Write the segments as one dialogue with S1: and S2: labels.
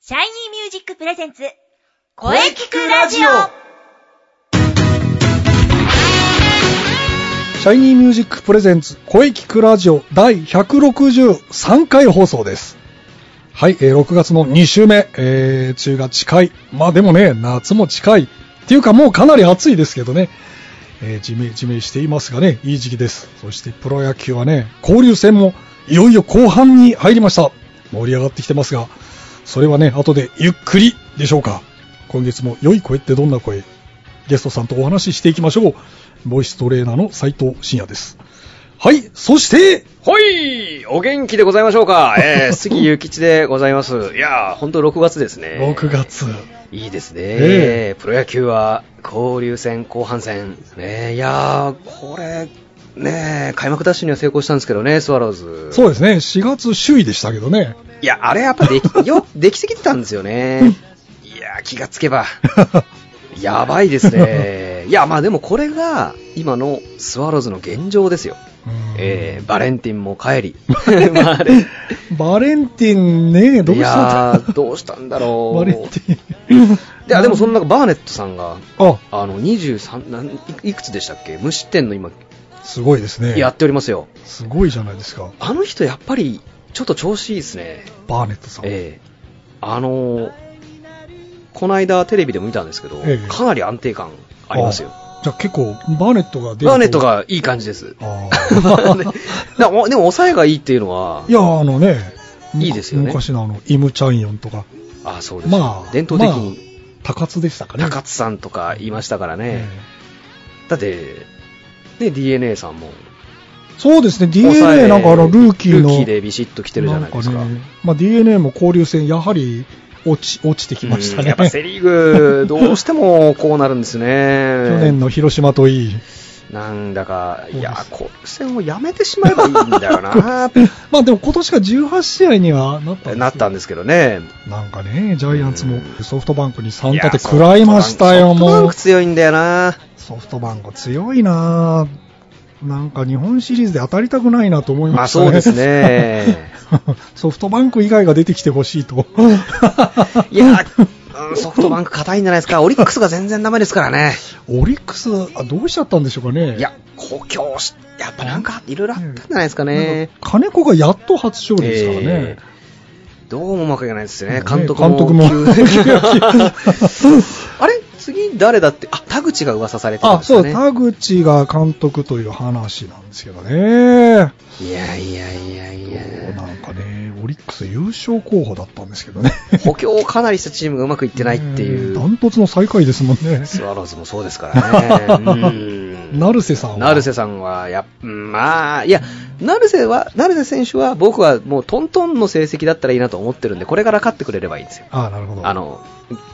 S1: シャイニーミュージックプレゼンツ、
S2: 声聞くラジオ
S3: シャイニーミュージックプレゼンツ声聞くラジオ第163回放送です。はい、えー6月の2週目、えー、梅雨が近い。まあでもね、夏も近い。っていうかもうかなり暑いですけどね。えー、じめじめしていますがね、いい時期です。そしてプロ野球はね、交流戦もいよいよ後半に入りました。盛り上がってきてますが、それはね、後でゆっくりでしょうか。今月も良い声ってどんな声ゲストさんとお話ししていきましょう。ボイストレーナーの斉藤慎也です。はい、そして、
S2: ほいお元気でございましょ うかえー、杉ゆきちでございます。いやー、ほんと6月ですね。
S3: 6。月。
S2: いいですね、
S3: え
S2: プロ野球は交流戦、後半戦。ねえいやー、これ、ねえ開幕ダッシュには成功したんですけどね、スワローズ。
S3: そうですね、4月首位でしたけどね。
S2: いや、あれやっぱ でき、よ、できすぎてたんですよね。いやー、気がつけば。やばいです ね。いや、まあでもこれが、今のスワローズの現状ですよ。
S3: うん
S2: えー、バレンティンも 帰り。 まああれ
S3: バレンティンね、どう
S2: い
S3: した
S2: やー
S3: んだ
S2: どうしたんだろう。
S3: バレンティン。
S2: いや、でもその中、バーネットさんが、
S3: あ、
S2: あの、23、なんいいくつでしたっけ無失点の今、
S3: すごいですね。
S2: やっておりますよ。
S3: すごいじゃないですか。
S2: あの人、やっぱり、ちょっと調子いいですね。
S3: バーネットさん。
S2: ええあのーこの間テレビでも見たんですけど、
S3: ええ
S2: かなり安定感ありますよ。
S3: じゃあ結構、バーネットが出ると
S2: バーネット。がいい感じ です。
S3: あ
S2: で
S3: ー
S2: でも、でも抑えがいいっていうのは、
S3: いや、あのね、
S2: いいですよね
S3: 昔のあの、イムチャンヨンとか、
S2: あそうです、
S3: まあ、
S2: 伝統的に、
S3: に。高津でしたかね。
S2: 高津さんとかいましたからね。
S3: ええ
S2: だって、ね、DNA さんも、
S3: そうですね、
S2: 抑え
S3: DNA なんかあのルーキーの、
S2: ルーキーでビシッと来てるじゃないですか。
S3: んねまあ、DNA も交流戦、やはり落ち落ちてきました
S2: うん
S3: ね、
S2: やっぱセ・リーグ、どうしてもこうなるんですね。
S3: 去年の広島といい、
S2: なんだか、いや、
S3: そ
S2: 交流戦をやめてしまえばいいんだよな
S3: まあでも今年が18試合にはなったんですけど
S2: なったんですけどね。
S3: なんかね、ジャイアンツも
S2: うん
S3: ソフトバンクに3立て食らいましたよ、
S2: いやソフトバン
S3: も
S2: ク
S3: う。
S2: 強いんだよな
S3: ソフトバンク強いなぁなんか日本シリーズで当たりたくないなと思い
S2: ま
S3: ま
S2: あ
S3: した
S2: そ
S3: ね。
S2: うです。ね。
S3: ソフトバンク以外が出てきてほしいと。
S2: いや、うんソフトバンク硬いんじゃないですか。オリックスが全然ダメですからね。
S3: オリックス、あどうしちゃったんでしょうかね。
S2: いや、故郷し、やっぱなんかいろいろあったんじゃないですかね。
S3: 金子がやっと初勝利ですからね
S2: え。ーどうもうまくいかないですね
S3: ね、
S2: 監督も。
S3: 監督も
S2: あれ次誰だって、あ、田口が噂されてるん
S3: あ、
S2: です
S3: そ
S2: か
S3: う、
S2: ね。
S3: 田口が監督という話なんですけどね。
S2: いやいやいやいや。
S3: なんかね、オリックス優勝候補だったんですけどね。
S2: 補強をかなりしたチームがうまくいってないってい
S3: ダ
S2: う、
S3: ントツの最下位ですもん ね。
S2: スワローズもそうですからね。うん
S3: 成瀬さんは。
S2: 成瀬さんは、やっ、うんまあ、いや、成瀬は、成瀬選手は、僕はもうトントンの成績だったらいいなと思ってるんで、これから勝ってくれればいいんですよ。
S3: あ、なるほど。
S2: あの、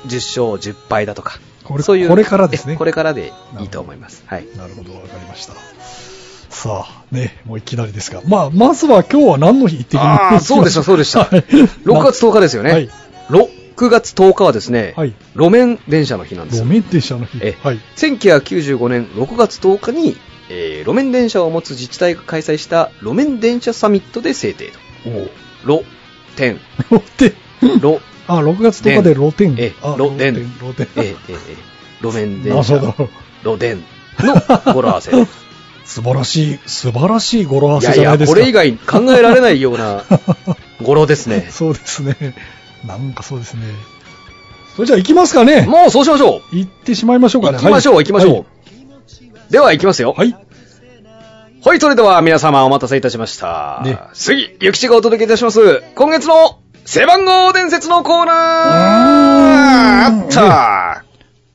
S2: 10勝10敗だとか。
S3: これ
S2: そういう。
S3: これからですね
S2: えこれからでいいと思います。はい。
S3: なるほど、わかりました。さあ、ね、もういきなりですが。まあ、まずは今日は何の日行ってき
S2: あ
S3: ま
S2: あ、
S3: す
S2: そうでした、そうでした。
S3: はい
S2: 6月10日ですよね。
S3: はい
S2: 6月10日はですね、
S3: はい
S2: 路面電車の日なんです
S3: 路
S2: よ。
S3: 面電車の日。
S2: え
S3: はい。
S2: 1995年6月10日に、えー路面電車を持つ自治体が開催した路面電車サミットで制定と。路、天、
S3: 露天。
S2: 路、
S3: あ、6月10日で露天。
S2: え
S3: あ
S2: 露天
S3: 露天。
S2: えーえーえー路面
S3: なる
S2: 電車、
S3: ほど
S2: 路。電の語呂合わせ。い
S3: 素晴らしい、素晴らしい語呂合わせ
S2: や
S3: じ
S2: い
S3: ゃな
S2: や
S3: いで、す
S2: こ
S3: か。。
S2: れ以外考えられないような語呂ですね
S3: そうですね。なんかそうですね。それじゃあ行きますかね。
S2: もうそうしましょう
S3: 行ってしまいましょうかね。
S2: 行きましょう、
S3: はい
S2: 行きましょう。では行きますよ。
S3: はい。
S2: はい、それでは皆様お待たせいたしました。
S3: ね
S2: 杉、ゆきちがお届けいたします。今月の背番号伝説のコーナー
S3: うーん
S2: あった。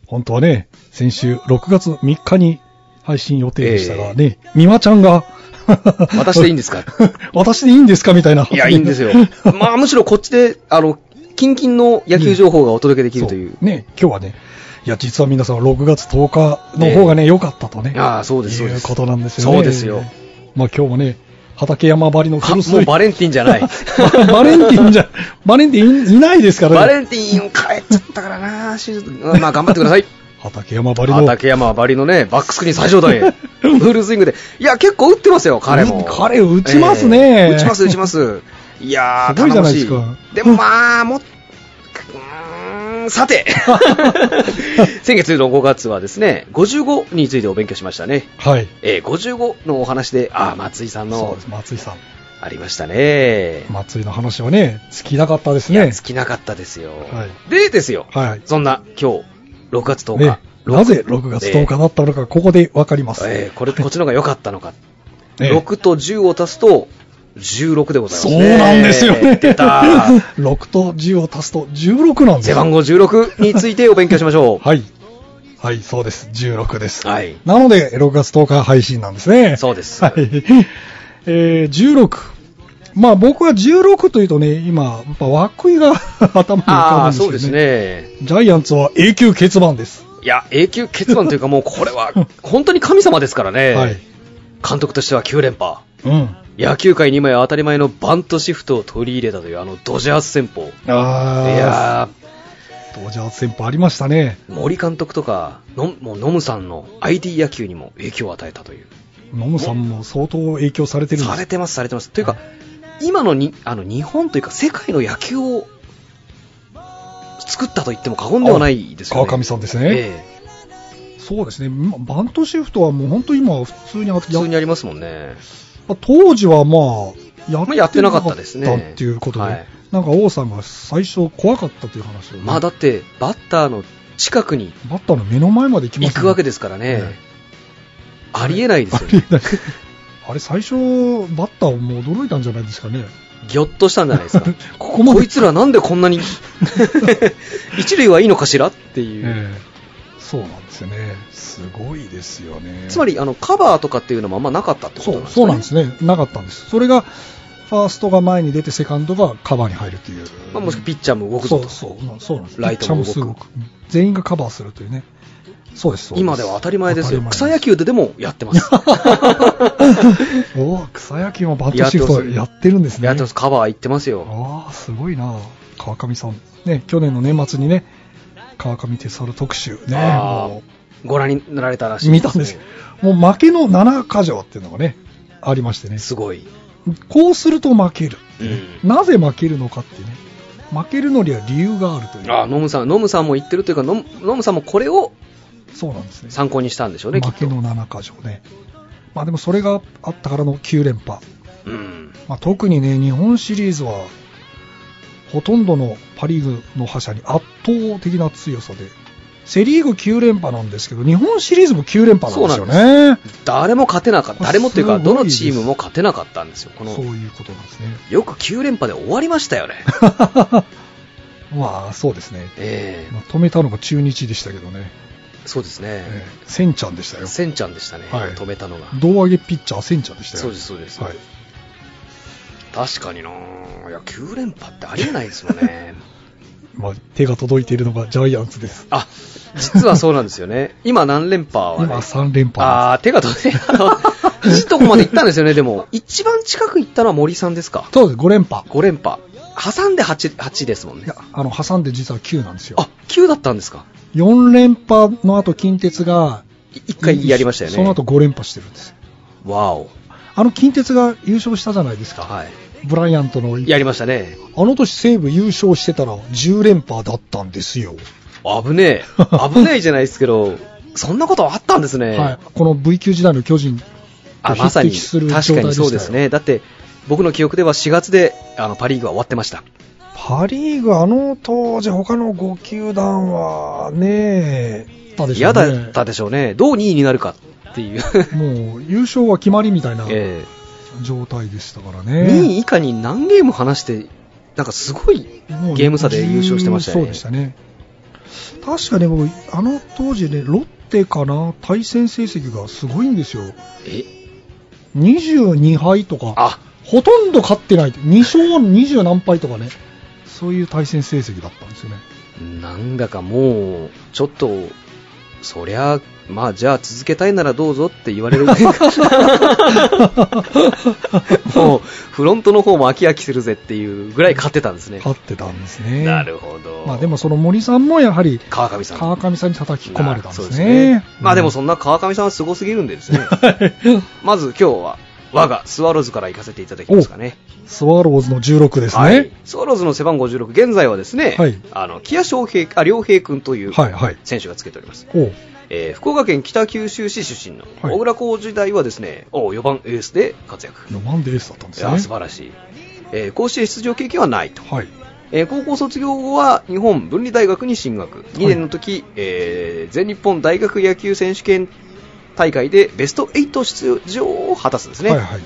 S3: 本当はね、先週6月3日に配信予定でしたがね、美和ちゃんが
S2: 私でいいんですか
S3: 私でいいんですかみたいな。
S2: いや、いいんですよ。 まあ、むしろこっちで、あの、キンキンの野球情報がお届けできるという。
S3: そね、今日はね、いや、実は皆さん6月10日の方がね、良、かったとね。
S2: ああそうですそう
S3: い
S2: で
S3: う
S2: す
S3: ことなんですよね。
S2: そうですよ。
S3: まあ今日もね、畠山ばりの
S2: か
S3: 古
S2: もう
S3: い
S2: バレンティンじゃない。
S3: バレンティンじゃ、バレンティンいないですから
S2: バ
S3: ね。
S2: レンティン変えちゃったからな手術まあ、頑張ってくだ さい。
S3: 畠山ばりの。
S2: 畠山はバリのね、バックスクリーン最上 段へ。フルスイングで。いや、結構打ってますよ、彼も
S3: う。彼打ちますね
S2: 打ちます、打ちます。いやー、
S3: すごいじゃない
S2: 頼もし
S3: ですか
S2: でもまあ、もう、うーん さて先月の5月はですね55についてお勉強しましたね、
S3: はい。
S2: えー55のお話でああ松井さん
S3: そう
S2: の
S3: です、松井さん。
S2: ありましたね
S3: 松井の話はね、尽きなかったです
S2: いや
S3: ね。
S2: 尽きなかったですよ、
S3: は
S2: でですよ、
S3: はい。
S2: そんな今日6月10日、
S3: ね、なぜ6月10日だったのか、ここでわかります。
S2: えーこれこっちの方が良かったの か、
S3: ね
S2: 6と10を足すと16でございます
S3: そ
S2: ね
S3: うなんですよね。
S2: 出た
S3: 6と10を足すと16なんです
S2: 背
S3: よ
S2: 番号16についてお勉強しまし ょう
S3: はい。はい、そうです。16です。
S2: はい
S3: なので、6月10日配信なんですね。
S2: そうです
S3: はい。 えー、16。まあ僕は16というとね、今、やっぱ涌井が 頭に浮
S2: あ
S3: か
S2: あ
S3: ぶ
S2: そ
S3: ん
S2: う
S3: で
S2: ですす
S3: よね。
S2: ね
S3: ジャイアンツは永久欠番です。
S2: いや、永久欠番というか、もうこれは 本当に神様ですからね、
S3: はい。
S2: 監督としては9連覇、
S3: うん。
S2: 野球界に今や当たり前のバントシフトを取り入れたという、あのドジャース戦法、い
S3: あー、
S2: や
S3: ドジャース先輩ありましたね。
S2: ー、森監督とか、のもうノムさんの ID 野球にも影響を与えたという、
S3: 野茂さんも相当影響されてるんで
S2: さ
S3: す
S2: れてます、されてます、というか
S3: は、
S2: 今のにあの日本というか、世界の野球を作ったと言っても過言ではないですよね。
S3: 川上さんですね、
S2: ええ
S3: そうですね、まバントシフトはもう本当今、普通にあっ
S2: 普通にありますもんね。
S3: まあ当時はまあや
S2: まあやってなかったですね
S3: なかったっていうことで、
S2: はい
S3: なんか王さんが最初怖かったという話をね、
S2: まあだって、バッターの近くに
S3: バッターの目の前まで行きま
S2: 行
S3: すね、
S2: くわけですからね、
S3: え
S2: ありえないです
S3: あ
S2: よ
S3: り
S2: ね、
S3: えない あれ最初バッターも驚いたんじゃないですかね。、
S2: ぎょっとしたんじゃないですか
S3: ここまで
S2: いつらなんでこ んなに、 一塁はいいのかしらっていう、
S3: ええそうなんですよね。すごいですよね。
S2: つまりあのカバーとかっていうのもあんまなかったってこと
S3: そ
S2: なん
S3: う
S2: です
S3: そうなん
S2: ね
S3: で。すね、なかったんです、それがファーストが前に出て、セカンドがカバーに入るという、
S2: まあ、もしくはピッチャーも動く
S3: そ
S2: ぞ
S3: う
S2: と
S3: そうまあそうなんです、
S2: ライトも動く
S3: ピッチャーうん全員がカバーするというね、そうです、そうす
S2: 今では当たり前ですよ、
S3: 当
S2: 草
S3: たり前
S2: 野球ででも やってます、
S3: です おー草野球もバットシフトやってるんですね、
S2: やってますカバー行ってますよ、
S3: ああ、すごいな、川上さん、ね、去年の年末にね、川上哲郎特集ね、
S2: あー
S3: も
S2: ご覧になられたらし
S3: う
S2: い
S3: 見たんですもう負けの7か条っていうのがね、ありましてね、
S2: すごい、
S3: こうすると負ける。
S2: うん、
S3: なぜ負けるのかってね、負けるのには理由があるという、
S2: あノムさんノムさんも言ってるというか、ノムノムさんもこれを
S3: そうなんですね、
S2: 参考にしたんでしょうね、きっ
S3: 負け
S2: と。
S3: の7か条ね、まあ、でもそれがあったからの9連覇、
S2: うん
S3: まあ、特にね、日本シリーズは、ほとんどのパ・リーグの覇者に圧倒的な強さで、セ・リーグ9連覇なんですけど、日本シリーズも9連覇なんですよね、
S2: 誰も勝てなかった、誰もという
S3: す
S2: か、
S3: ごい
S2: どのチームも勝てなかったんですよ、こ
S3: そう
S2: の
S3: いうことなんですね。
S2: よく9連覇で終わりましたよね、
S3: まあそうですね、
S2: ええ
S3: まあ、止めたのが中日でしたけどね、
S2: そうですね
S3: え、えセンちゃんでしたよ。
S2: センちゃんでしたね、
S3: はい
S2: 止めたのが、
S3: 胴上げピッチャー、センちゃんでしたよ。
S2: そうです、そうです、
S3: はい。
S2: 確かにな、いや、9連覇ってありえないですも んね、
S3: まあ、手が届いているのがジャイアンツです。
S2: あ実はそうなんですよね、今、何連覇は、
S3: 今、
S2: ね、
S3: 3連覇
S2: あー手が届いて、あ のいいとこまで行ったんですよね、でも、一番近く行ったのは森さんですか
S3: です。、そうです、5連覇。
S2: 5連覇、挟んで 8, 8ですもん
S3: い
S2: ね
S3: や、、あの、挟んで実は9なんですよ。
S2: あ9だったんですか、
S3: 4連覇の後、近鉄が、
S2: 1回やりましたよね、
S3: その後5連覇してるんです。
S2: わお、
S3: あの、近鉄が優勝したじゃないですか。
S2: はい、
S3: ブライアントの。
S2: やりましたね。
S3: あの年西武優勝してたら10連覇だったんですよ。
S2: 危 ねえ。危ねえじゃないですけど、そんなことあったんですね。
S3: はい。この V 級時代の巨人。
S2: あまさに、
S3: 匹敵する
S2: 確
S3: 状態でしたよ
S2: かにそうですね。だって、僕の記憶では4月であのパ・リーグは終わってました。
S3: パリーグ、あの当時、他の5球団はね、だでしょ
S2: 嫌、
S3: うね
S2: だったでしょうね。どう2位になるかっていう。
S3: もう優勝は決まりみたいな
S2: え
S3: 状態でしたから
S2: え
S3: ね、
S2: 2位以下に何ゲーム離して、なんかすごい
S3: もう
S2: ゲーム差で優勝してましたよ
S3: そう
S2: ね。
S3: でしたね、確かね、僕、あの当時ね、ロッテかな、対戦成績がすごいんですよ、
S2: え
S3: 22敗とか、
S2: あ、
S3: ほとんど勝ってない、2勝20何敗とかね、そういう対戦成績だったん ですよね、
S2: なんだかもう、ちょっと、そりゃ、まあじゃあ続けたいならどうぞって言われる もう、フロントの方も飽き飽きするぜっていうぐらい勝ってたんですね。
S3: 勝ってたんですね。
S2: なるほど。
S3: まあでもその森さんもやはり
S2: 川上さん。
S3: 川上さんに叩き込まれたんですね。
S2: そうですねまあでも
S3: う
S2: そんな川上さんはすごすぎるんでですね。
S3: ん
S2: まず今日は、我がスワローズから行かせていただきますかね。
S3: スワローズの16ですね。
S2: はい。スワローズの背番号16、現在はですね、
S3: はい
S2: あの、木屋翔平、あ、良平君という
S3: はいはい
S2: 選手がつけております。
S3: おう
S2: えー福岡県北九州市出身の
S3: はい
S2: 小倉浩二時代はですね、お4番エースで活躍。
S3: ロマンでエースだったんで
S2: いや素
S3: すね。
S2: 晴らしい、えー甲子園出場経験はないと、
S3: はい。
S2: えー高校卒業後は日本文理大学に進学2年の時、えー全日本大学野球選手権大会でベスト8出場を果たすんですね、
S3: はいはい。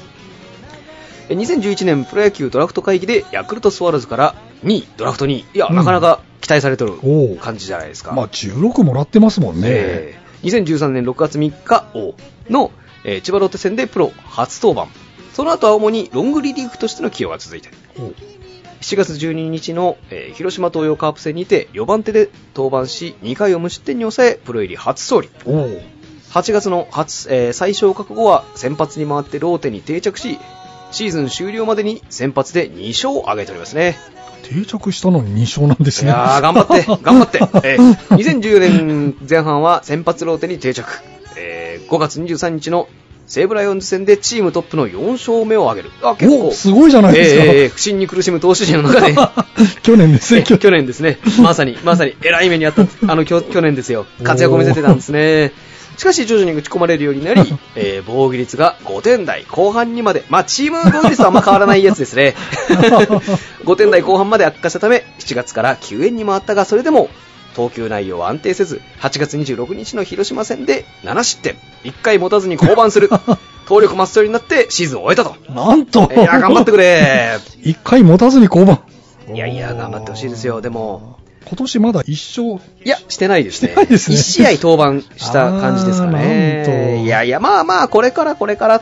S2: えー2011年プロ野球ドラフト会議でヤクルトスワローズから2位ドラフト2位いや、
S3: うん
S2: なかなか期待されてる
S3: おう
S2: 感じじゃないですか、
S3: まあ16もらってますもんね。
S2: えー2013年6月3日の、えー千葉ロッテ戦でプロ初登板その後は主にロングリリーフとしての起用が続いている
S3: おう
S2: 7月12日の、えー広島東洋カープ戦にて4番手で登板し2回を無失点に抑えプロ入り初勝利
S3: おう
S2: 8月の初、えー最小覚悟は先発に回ってローテに定着しシーズン終了までに先発で2勝を挙げておりますね
S3: 定着したのに2勝なんです
S2: い
S3: ね。
S2: やー頑張 って頑張って、えー2014年前半は先発ローテに定着、えー5月23日の西武ライオンズ戦でチームトップの4勝目を挙げるあ結
S3: お
S2: 構
S3: すごいじゃないですか
S2: えーえー不振に苦しむ投手陣の中で
S3: 去年ですね、去
S2: 去去年ですね、まさに、まさに、えらい目にあったんです、あの、きょ去年ですよ、活躍を見せてたんですね。しかし、徐々に打ち込まれるようになり、えー防御率が5点台後半にまで、まあ、チーム防御率はあんま変わらないやつですね。5点台後半まで悪化したため、7月から救援に回ったが、それでも、投球内容は安定せず、8月26日の広島戦で7失点、1回持たずに降板する、投力マストになってシーズンを終えたと。
S3: なんと。
S2: いや、頑張ってくれ。
S3: 一回持たずに降板。
S2: いやいや頑張ってほしいですよでも。
S3: 今年まだ一勝。
S2: いや、してないですね。
S3: してないですね
S2: 1試合登板した感じですか
S3: あーなん
S2: ね。
S3: と
S2: いやいや、まあまあ、これからこれから、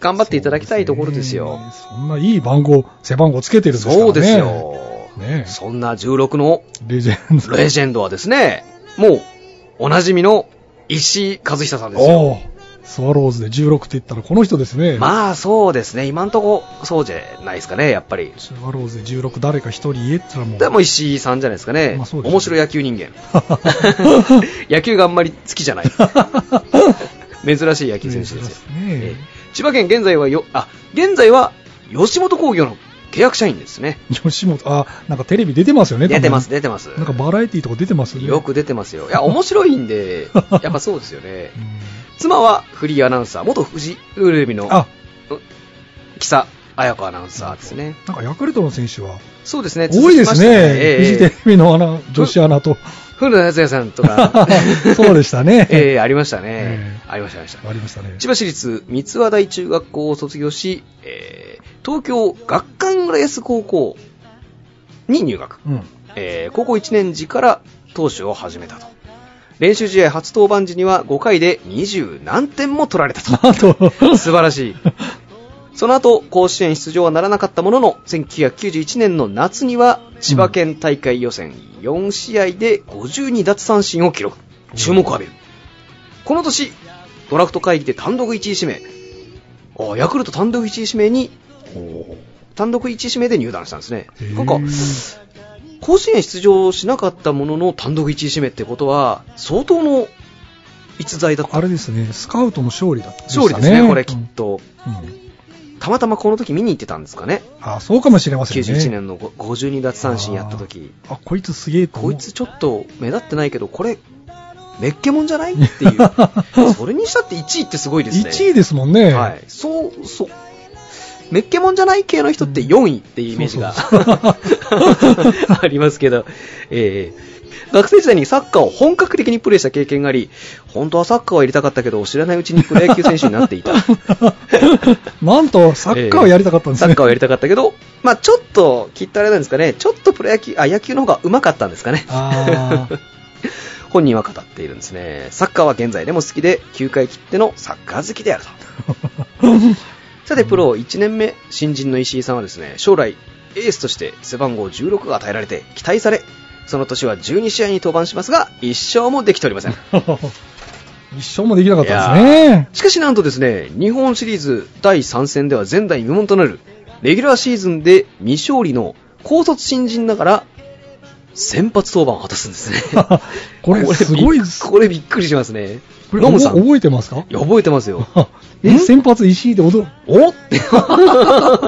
S2: 頑張っていただきたいところですよ。
S3: そんないい番号、背番号つけてるんですからね。
S2: そうですよ。
S3: ねえ
S2: そんな16の
S3: レジェンド。
S2: レジェンドはですね、もう、おなじみの石井和久さんですよ。
S3: おースワローズで16って言ったらこの人ですね。
S2: まあ、そうですね。今んとこ、そうじゃないですかね、やっぱり。
S3: スワローズで16誰か一人言えって言ったらもう。
S2: でも石井さんじゃないですかね。
S3: まあそうですね
S2: 面白い野球人間。 野球があんまり好きじゃない。珍しい野球選手ですよ。
S3: ね
S2: えー千葉県現在はよ、あ、現在は吉本興業の契約社員ですね。
S3: 吉本、あ、なんかテレビ出てますよね、
S2: 出てます、
S3: ね。
S2: 出てます。
S3: なんかバラエティーとか出てますね。
S2: よく出てますよ。いや、面白い んで、やっぱそうですよね
S3: う。ん。
S2: 妻はフリーアナウンサー、元フジテレビの
S3: あ、
S2: 木佐彩子アナウンサーですね。
S3: なんかヤクルトの選手は、
S2: そうですね、
S3: 多いです
S2: 続きまし
S3: ね。
S2: た
S3: フジ
S2: え
S3: テレ
S2: え
S3: ビのあの女子アナと。
S2: 古田敦也さんとか、
S3: そうでしたね。
S2: ええありましたね。
S3: ええ
S2: ありました、ありました。
S3: ありましたね。
S2: 千葉市立三和台中学校を卒業し、えー東京学館浦安高校に入学、
S3: うん。
S2: えー高校1年時から投手を始めたと練習試合初登板時には5回で20何点も取られた と
S3: あと、
S2: 素晴らしいその後甲子園出場はならなかったものの1991年の夏には千葉県大会予選4試合で52奪三振を記録注目を浴びるこの年ドラフト会議で単独1位指名あヤクルト単独1位指名に単独1位指名で入団したんですねなんか
S3: へー
S2: 甲子園出場しなかったものの単独1位指名ってことは相当の逸材だった
S3: あれですね、スカウトの勝利だった、
S2: 勝利ですねこれきっと、
S3: うん。うん
S2: たまたまこの時見に行ってたんですかね
S3: あ、そうかもしれませんね。
S2: 91年の52奪三振やった時
S3: あ。あ、こいつすげえと思う
S2: こいつちょっと目立ってないけどこれめっけもんじゃないっていう それにしたって1位ってすごいですね
S3: 1位ですもんね。
S2: はい、そうそうめっけもんじゃない系の人って4位っていうイメージが、
S3: そう
S2: ありますけど、えー学生時代にサッカーを本格的にプレーした経験があり本当はサッカーをやりたかったけど知らないうちにプロ野球選手になって いた
S3: なんと、サッカーをやりたかったんです
S2: サ
S3: ね。
S2: ッカーをやりたかったけど、まあ、ちょっときっとあれなんですかねちょっとプロ野球あ野球の方が上手かったんですかね
S3: あー
S2: 本人は語っているんですねサッカーは現在でも好きで球界きってのサッカー好きであると さてプロ1年目新人の石井さんはですね将来エースとして背番号16が与えられて期待されその年は12試合に登板しますが1勝もできておりません
S3: 一生もできなかったですね。
S2: しかしなんとですね日本シリーズ第3戦では前代未聞となるレギュラーシーズンで未勝利の高卒新人ながら先発登板を果たすんですね。
S3: これすごいです
S2: これびっくりしますね。
S3: これ
S2: ノムさん。い
S3: 覚えてますか
S2: や覚えてますよ。
S3: あえ、先発石井で驚、
S2: おって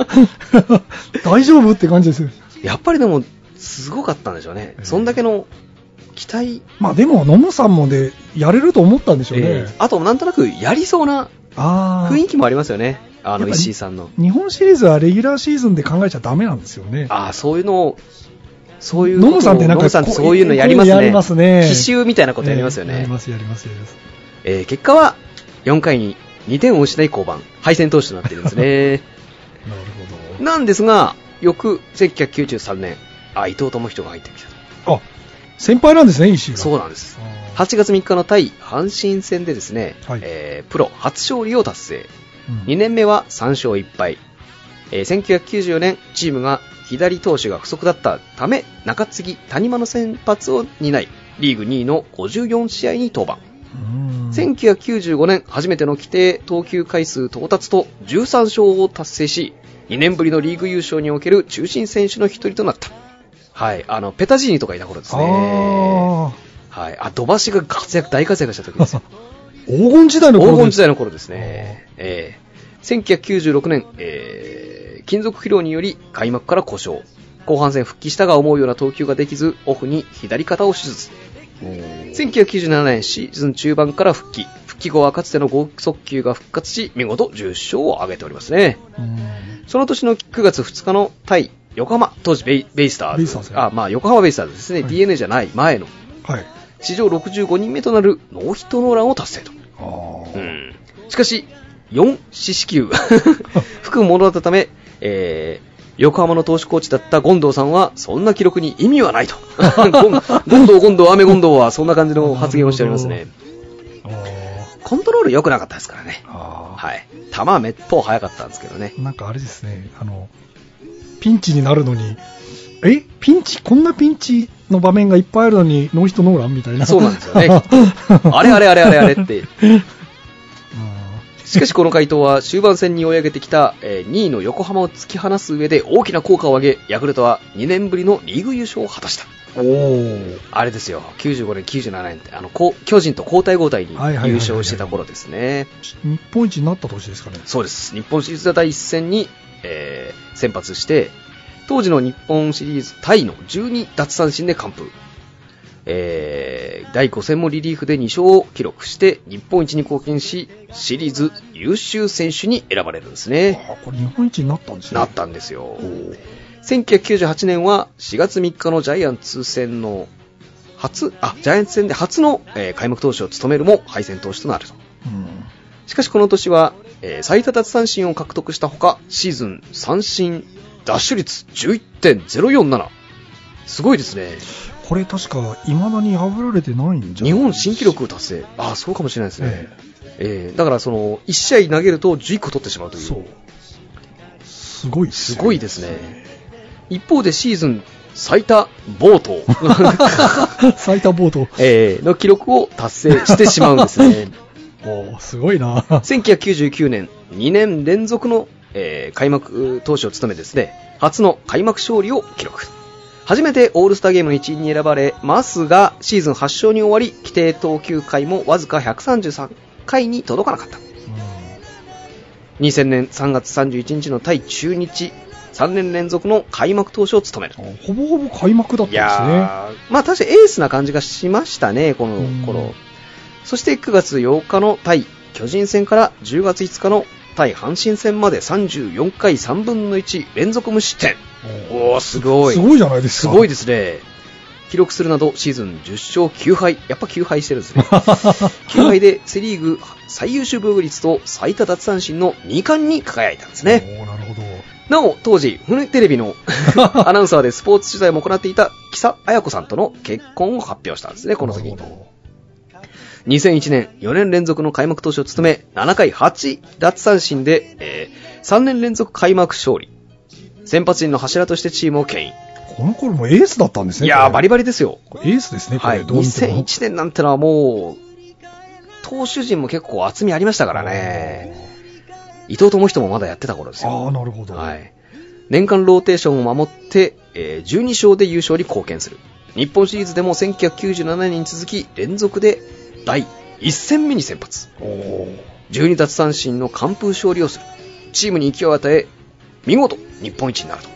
S3: 大丈夫って感じですよ。
S2: やっぱりでも、すごかったんでしょうね。
S3: ええ
S2: そんだけの期待、
S3: まあでも、野茂さんもね、やれると思ったんでしょうね。
S2: ええあとなんとなくやりそうな
S3: ああ。
S2: 雰囲気もありますよね。あ
S3: や
S2: の、
S3: っぱり
S2: 石井さんの。
S3: 日本シリーズはレギュラーシーズンで考えちゃダメなんですよね。
S2: ああ、そういうのを、そういうこと
S3: ノ
S2: を。
S3: ムさんってなん
S2: ノ
S3: か
S2: ムさんってそういうのやりま
S3: こう
S2: す
S3: いうのや
S2: ね。
S3: りますね
S2: 奇襲みたいなことやりますよ
S3: ええや
S2: ね
S3: り。ます、やります、やります。
S2: えー結果は、4回に2点を失い降板。敗戦投手となっているんで すね。
S3: なる
S2: なんですが、翌1993年、あ、伊藤智人が入ってきたと。
S3: ほど。あ、先輩なんですね、石井は。
S2: そう
S3: だ。
S2: なんです。8月3日の対阪神戦でですね、
S3: はい
S2: えープロ初勝利を達成。
S3: うん
S2: 2年目は3勝1敗。えー1994年、チームが左投手が不足だったため、中継ぎ、谷間の先発を担い、リーグ2位の54試合に登板。
S3: うん
S2: 1995年初めての規定投球回数到達と13勝を達成し2年ぶりのリーグ優勝における中心選手の一人となったはいあのペタジーニとかいた頃ですね
S3: ああ。
S2: はいあ土橋が活躍大活躍した時ですよ
S3: 黄金時代の
S2: 黄
S3: 頃
S2: 金
S3: で
S2: 時
S3: す
S2: 代の頃ですねえー1996年、えー金属疲労により開幕から故障後半戦復帰したが思うような投球ができずオフに左肩を手術1997年シーズン中盤から復帰復帰後はかつての豪速球が復活し見事10勝を挙げておりますね
S3: うん
S2: その年の9月2日の対横浜当時ベイベイスター
S3: ベイ
S2: ズ
S3: スターズね
S2: あ、まあ、横浜ベイスターズですね、
S3: はい
S2: DNA じゃない前の
S3: はい。
S2: 史上65人目となるノーヒットノーランを達成と、
S3: あー
S2: うんしかし4四死球 含むものだったため、えー横浜の投手コーチだった権藤さんはそんな記録に意味は ないと権藤権藤雨権藤はそんな感じの発言をしております
S3: な
S2: ね
S3: るあー
S2: コントロール良くなかったですからね。
S3: あー。
S2: はい。球はめっぽう速かったんですけど ね。
S3: なんかあれですね、あの、ピンチになるのに、えピンチ、こんなピンチの場面がいっぱいあるのに、ノーヒットノーランみたいな。
S2: そうなんですよ ねあれあれあれあれあれって。
S3: あ
S2: しかしこの回答は終盤戦に追い上げてきた、えー2位の横浜を突き放す上で大きな効果を上げ、ヤクルトは2年ぶりのリーグ優勝を果たした。
S3: ーお
S2: あれですよ。95年、97年って、あの、こう巨人と交代交代に
S3: はいはいはいはい
S2: 優勝してた頃ですね。
S3: 日本一になった年ですかね。
S2: そうです。日本シリーズ第一戦に、えー先発して、当時の日本シリーズタイの12奪三振で完封。えー第5戦もリリーフで2勝を記録して、日本一に貢献し、シリーズ優秀選手に選ばれるんですね。
S3: あーこれ日本一になったんですね。
S2: なったんですよ。1998年は4月3日のジャイアンツ戦の初、あ、ジャイアンツ戦で初の、えー開幕投手を務めるも敗戦投手となると。
S3: うん
S2: しかしこの年は、えー最多奪三振を獲得したほか、シーズン三振奪取率11.047。すごいですね。
S3: これ確か、いまだに破られてないんじゃな
S2: 日
S3: い
S2: 本新記録を達成。ああ、そうかもしれないですね
S3: え。
S2: えーだからその、1試合投げると11個取ってしまうという。
S3: そう。すごいっ
S2: す
S3: よ
S2: ごいですね。一方でシーズン最多暴投、
S3: 最多ボート。
S2: えーの記録を達成してしまうんですね。
S3: おーすご いな。
S2: 1999年、2年連続の、えー開幕投手を務めですね、初の開幕勝利を記録。初めてオールスターゲームの一員に選ばれますが、シーズン8勝に終わり、規定投球回もわずか133回に届かなかった。2000年3月31日の対中日、3年連続の開幕投手を務める。
S3: うんほぼほぼ開幕だっ
S2: い
S3: た
S2: やーまあ確かにエースな感じがしましたね、この
S3: うん
S2: 頃。そして9月8日の対巨人戦から10月5日の対阪神戦まで34回3分の1連続無失点。
S3: んですね。
S2: おー、すごい。
S3: す
S2: い
S3: ごいじゃないです
S2: す
S3: か。
S2: ごいですね。記録するなどシーズン10勝9敗。やっぱ9敗してるん ですね。9敗でセリーグ最優秀防御率と最多奪三振の2冠に輝いたんですね。
S3: おーなるほど。
S2: なお、当時、フジテレ ビのアナウンサーでスポーツ取材も行っていた、木佐彩子さんとの結婚を発表したんですね、この時
S3: なる。ほ
S2: 2001年、4年連続の開幕投手を務め、7回8奪三振で、え3年連続開幕勝利。先発陣の柱としてチームを牽
S3: どこの頃もエースだったんです
S2: 引。
S3: ね。
S2: いやー、
S3: こ
S2: バ
S3: れ
S2: リバリですよ。
S3: これエースですね、これ。
S2: はい、
S3: どう見ても
S2: 2001年なんてのはもう、投手陣も結構厚みありましたからね。伊藤智人もまだやってた頃ですよ。
S3: ああ、なるほど。
S2: はい。年間ローテーションを守って、えー12勝で優勝に貢献する。日本シリーズでも1997年に続き連続で第1戦目に先発
S3: おー
S2: 12奪三振の完封勝利をするチームに勢いを与え見事日本一になると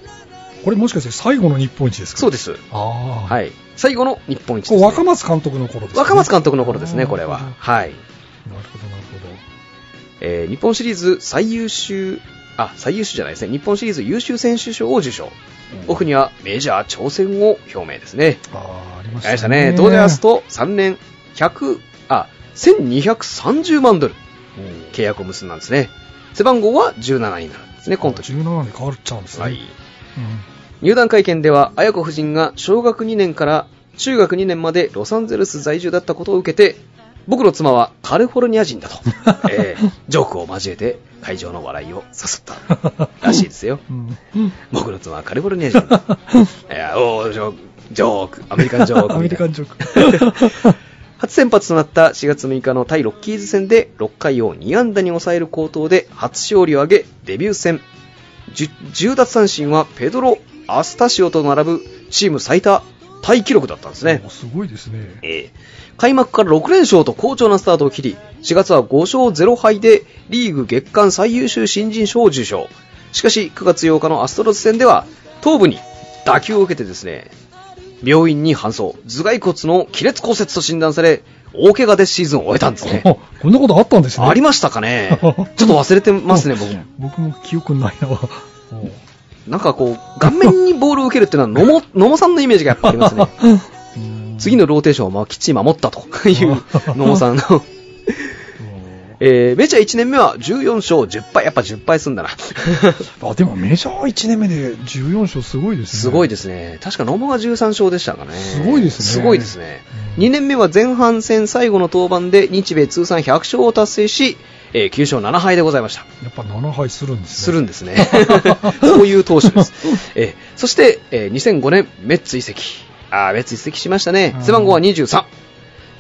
S3: これもしかして最後の日本一ですか
S2: そうです、
S3: ああ、い、
S2: はい、最後の日本一
S3: これ
S2: です、ね、
S3: 若松監督の頃です、ね、
S2: 若松監督の頃ですねこれは
S3: あー
S2: はい
S3: なるほどなるほど
S2: えー日本シリーズ最優秀あ最優秀じゃないですね日本シリーズ優秀選手賞を受賞、
S3: うん
S2: 奥にはメジャー挑戦を表明ですね
S3: ああありま
S2: あ
S3: し
S2: り
S3: た
S2: ましたねドジャースと3年100あ1230万ドル
S3: うん
S2: 契約を結んだんですね背番号は17になるんですね今年、
S3: 17に変わっちゃうんですね、
S2: はい、
S3: うん
S2: 入団会見では綾子夫人が小学2年から中学2年までロサンゼルス在住だったことを受けて僕の妻はカリフォルニア人だ と、えージョークを交えて会場の笑いを誘ったらしい ですよ
S3: うん
S2: 僕の妻はカリフォルニア人 だ、えー、おージョークジョークアメリカンジョー ク
S3: アメ
S2: み
S3: リ
S2: た
S3: カ
S2: い
S3: ン
S2: な
S3: ジョ ーク
S2: 初先発となった4月6日の対ロッキーズ戦で6回を2安打に抑える好投で初勝利を挙げデビュー戦 10, 10奪三振はペドロ・アスタシオと並ぶチーム最多タイ記録だったんですね
S3: お、すごいですね
S2: えー開幕から6連勝と好調なスタートを切り4月は5勝0敗でリーグ月間最優秀新人賞を受賞しかし9月8日のアストロズ戦では頭部に打球を受けてですね病院に搬送頭蓋骨の亀裂骨折と診断され大怪我でシーズンを終えたんです ね
S3: あこんなことあったんですね
S2: ありましたかねちょっと忘れてますね僕も
S3: 僕も記憶にないな
S2: なんかこう顔面にボールを受けるっていうのは野茂野茂さんのイメージがやっぱありますね
S3: うん
S2: 次のローテーションをまあきっちり守ったという野茂さんのえーメジャー1年目は14勝10敗、やっぱ10敗すん だな。
S3: あでもメジャー1年目で14勝すごいですね
S2: すごいですね。確か野茂が13勝でしたかね。
S3: すごいですね
S2: すごいですね。
S3: うん
S2: 2年目は前半戦最後の登板で日米通算100勝を達成し、えー9勝7敗でございました。
S3: やっぱ7敗するんですね
S2: するん ですね。そういう投手です。えーそして、えー2005年、メッツ移籍。あーメッツ移籍しましたね
S3: う。ん
S2: 背番号は23。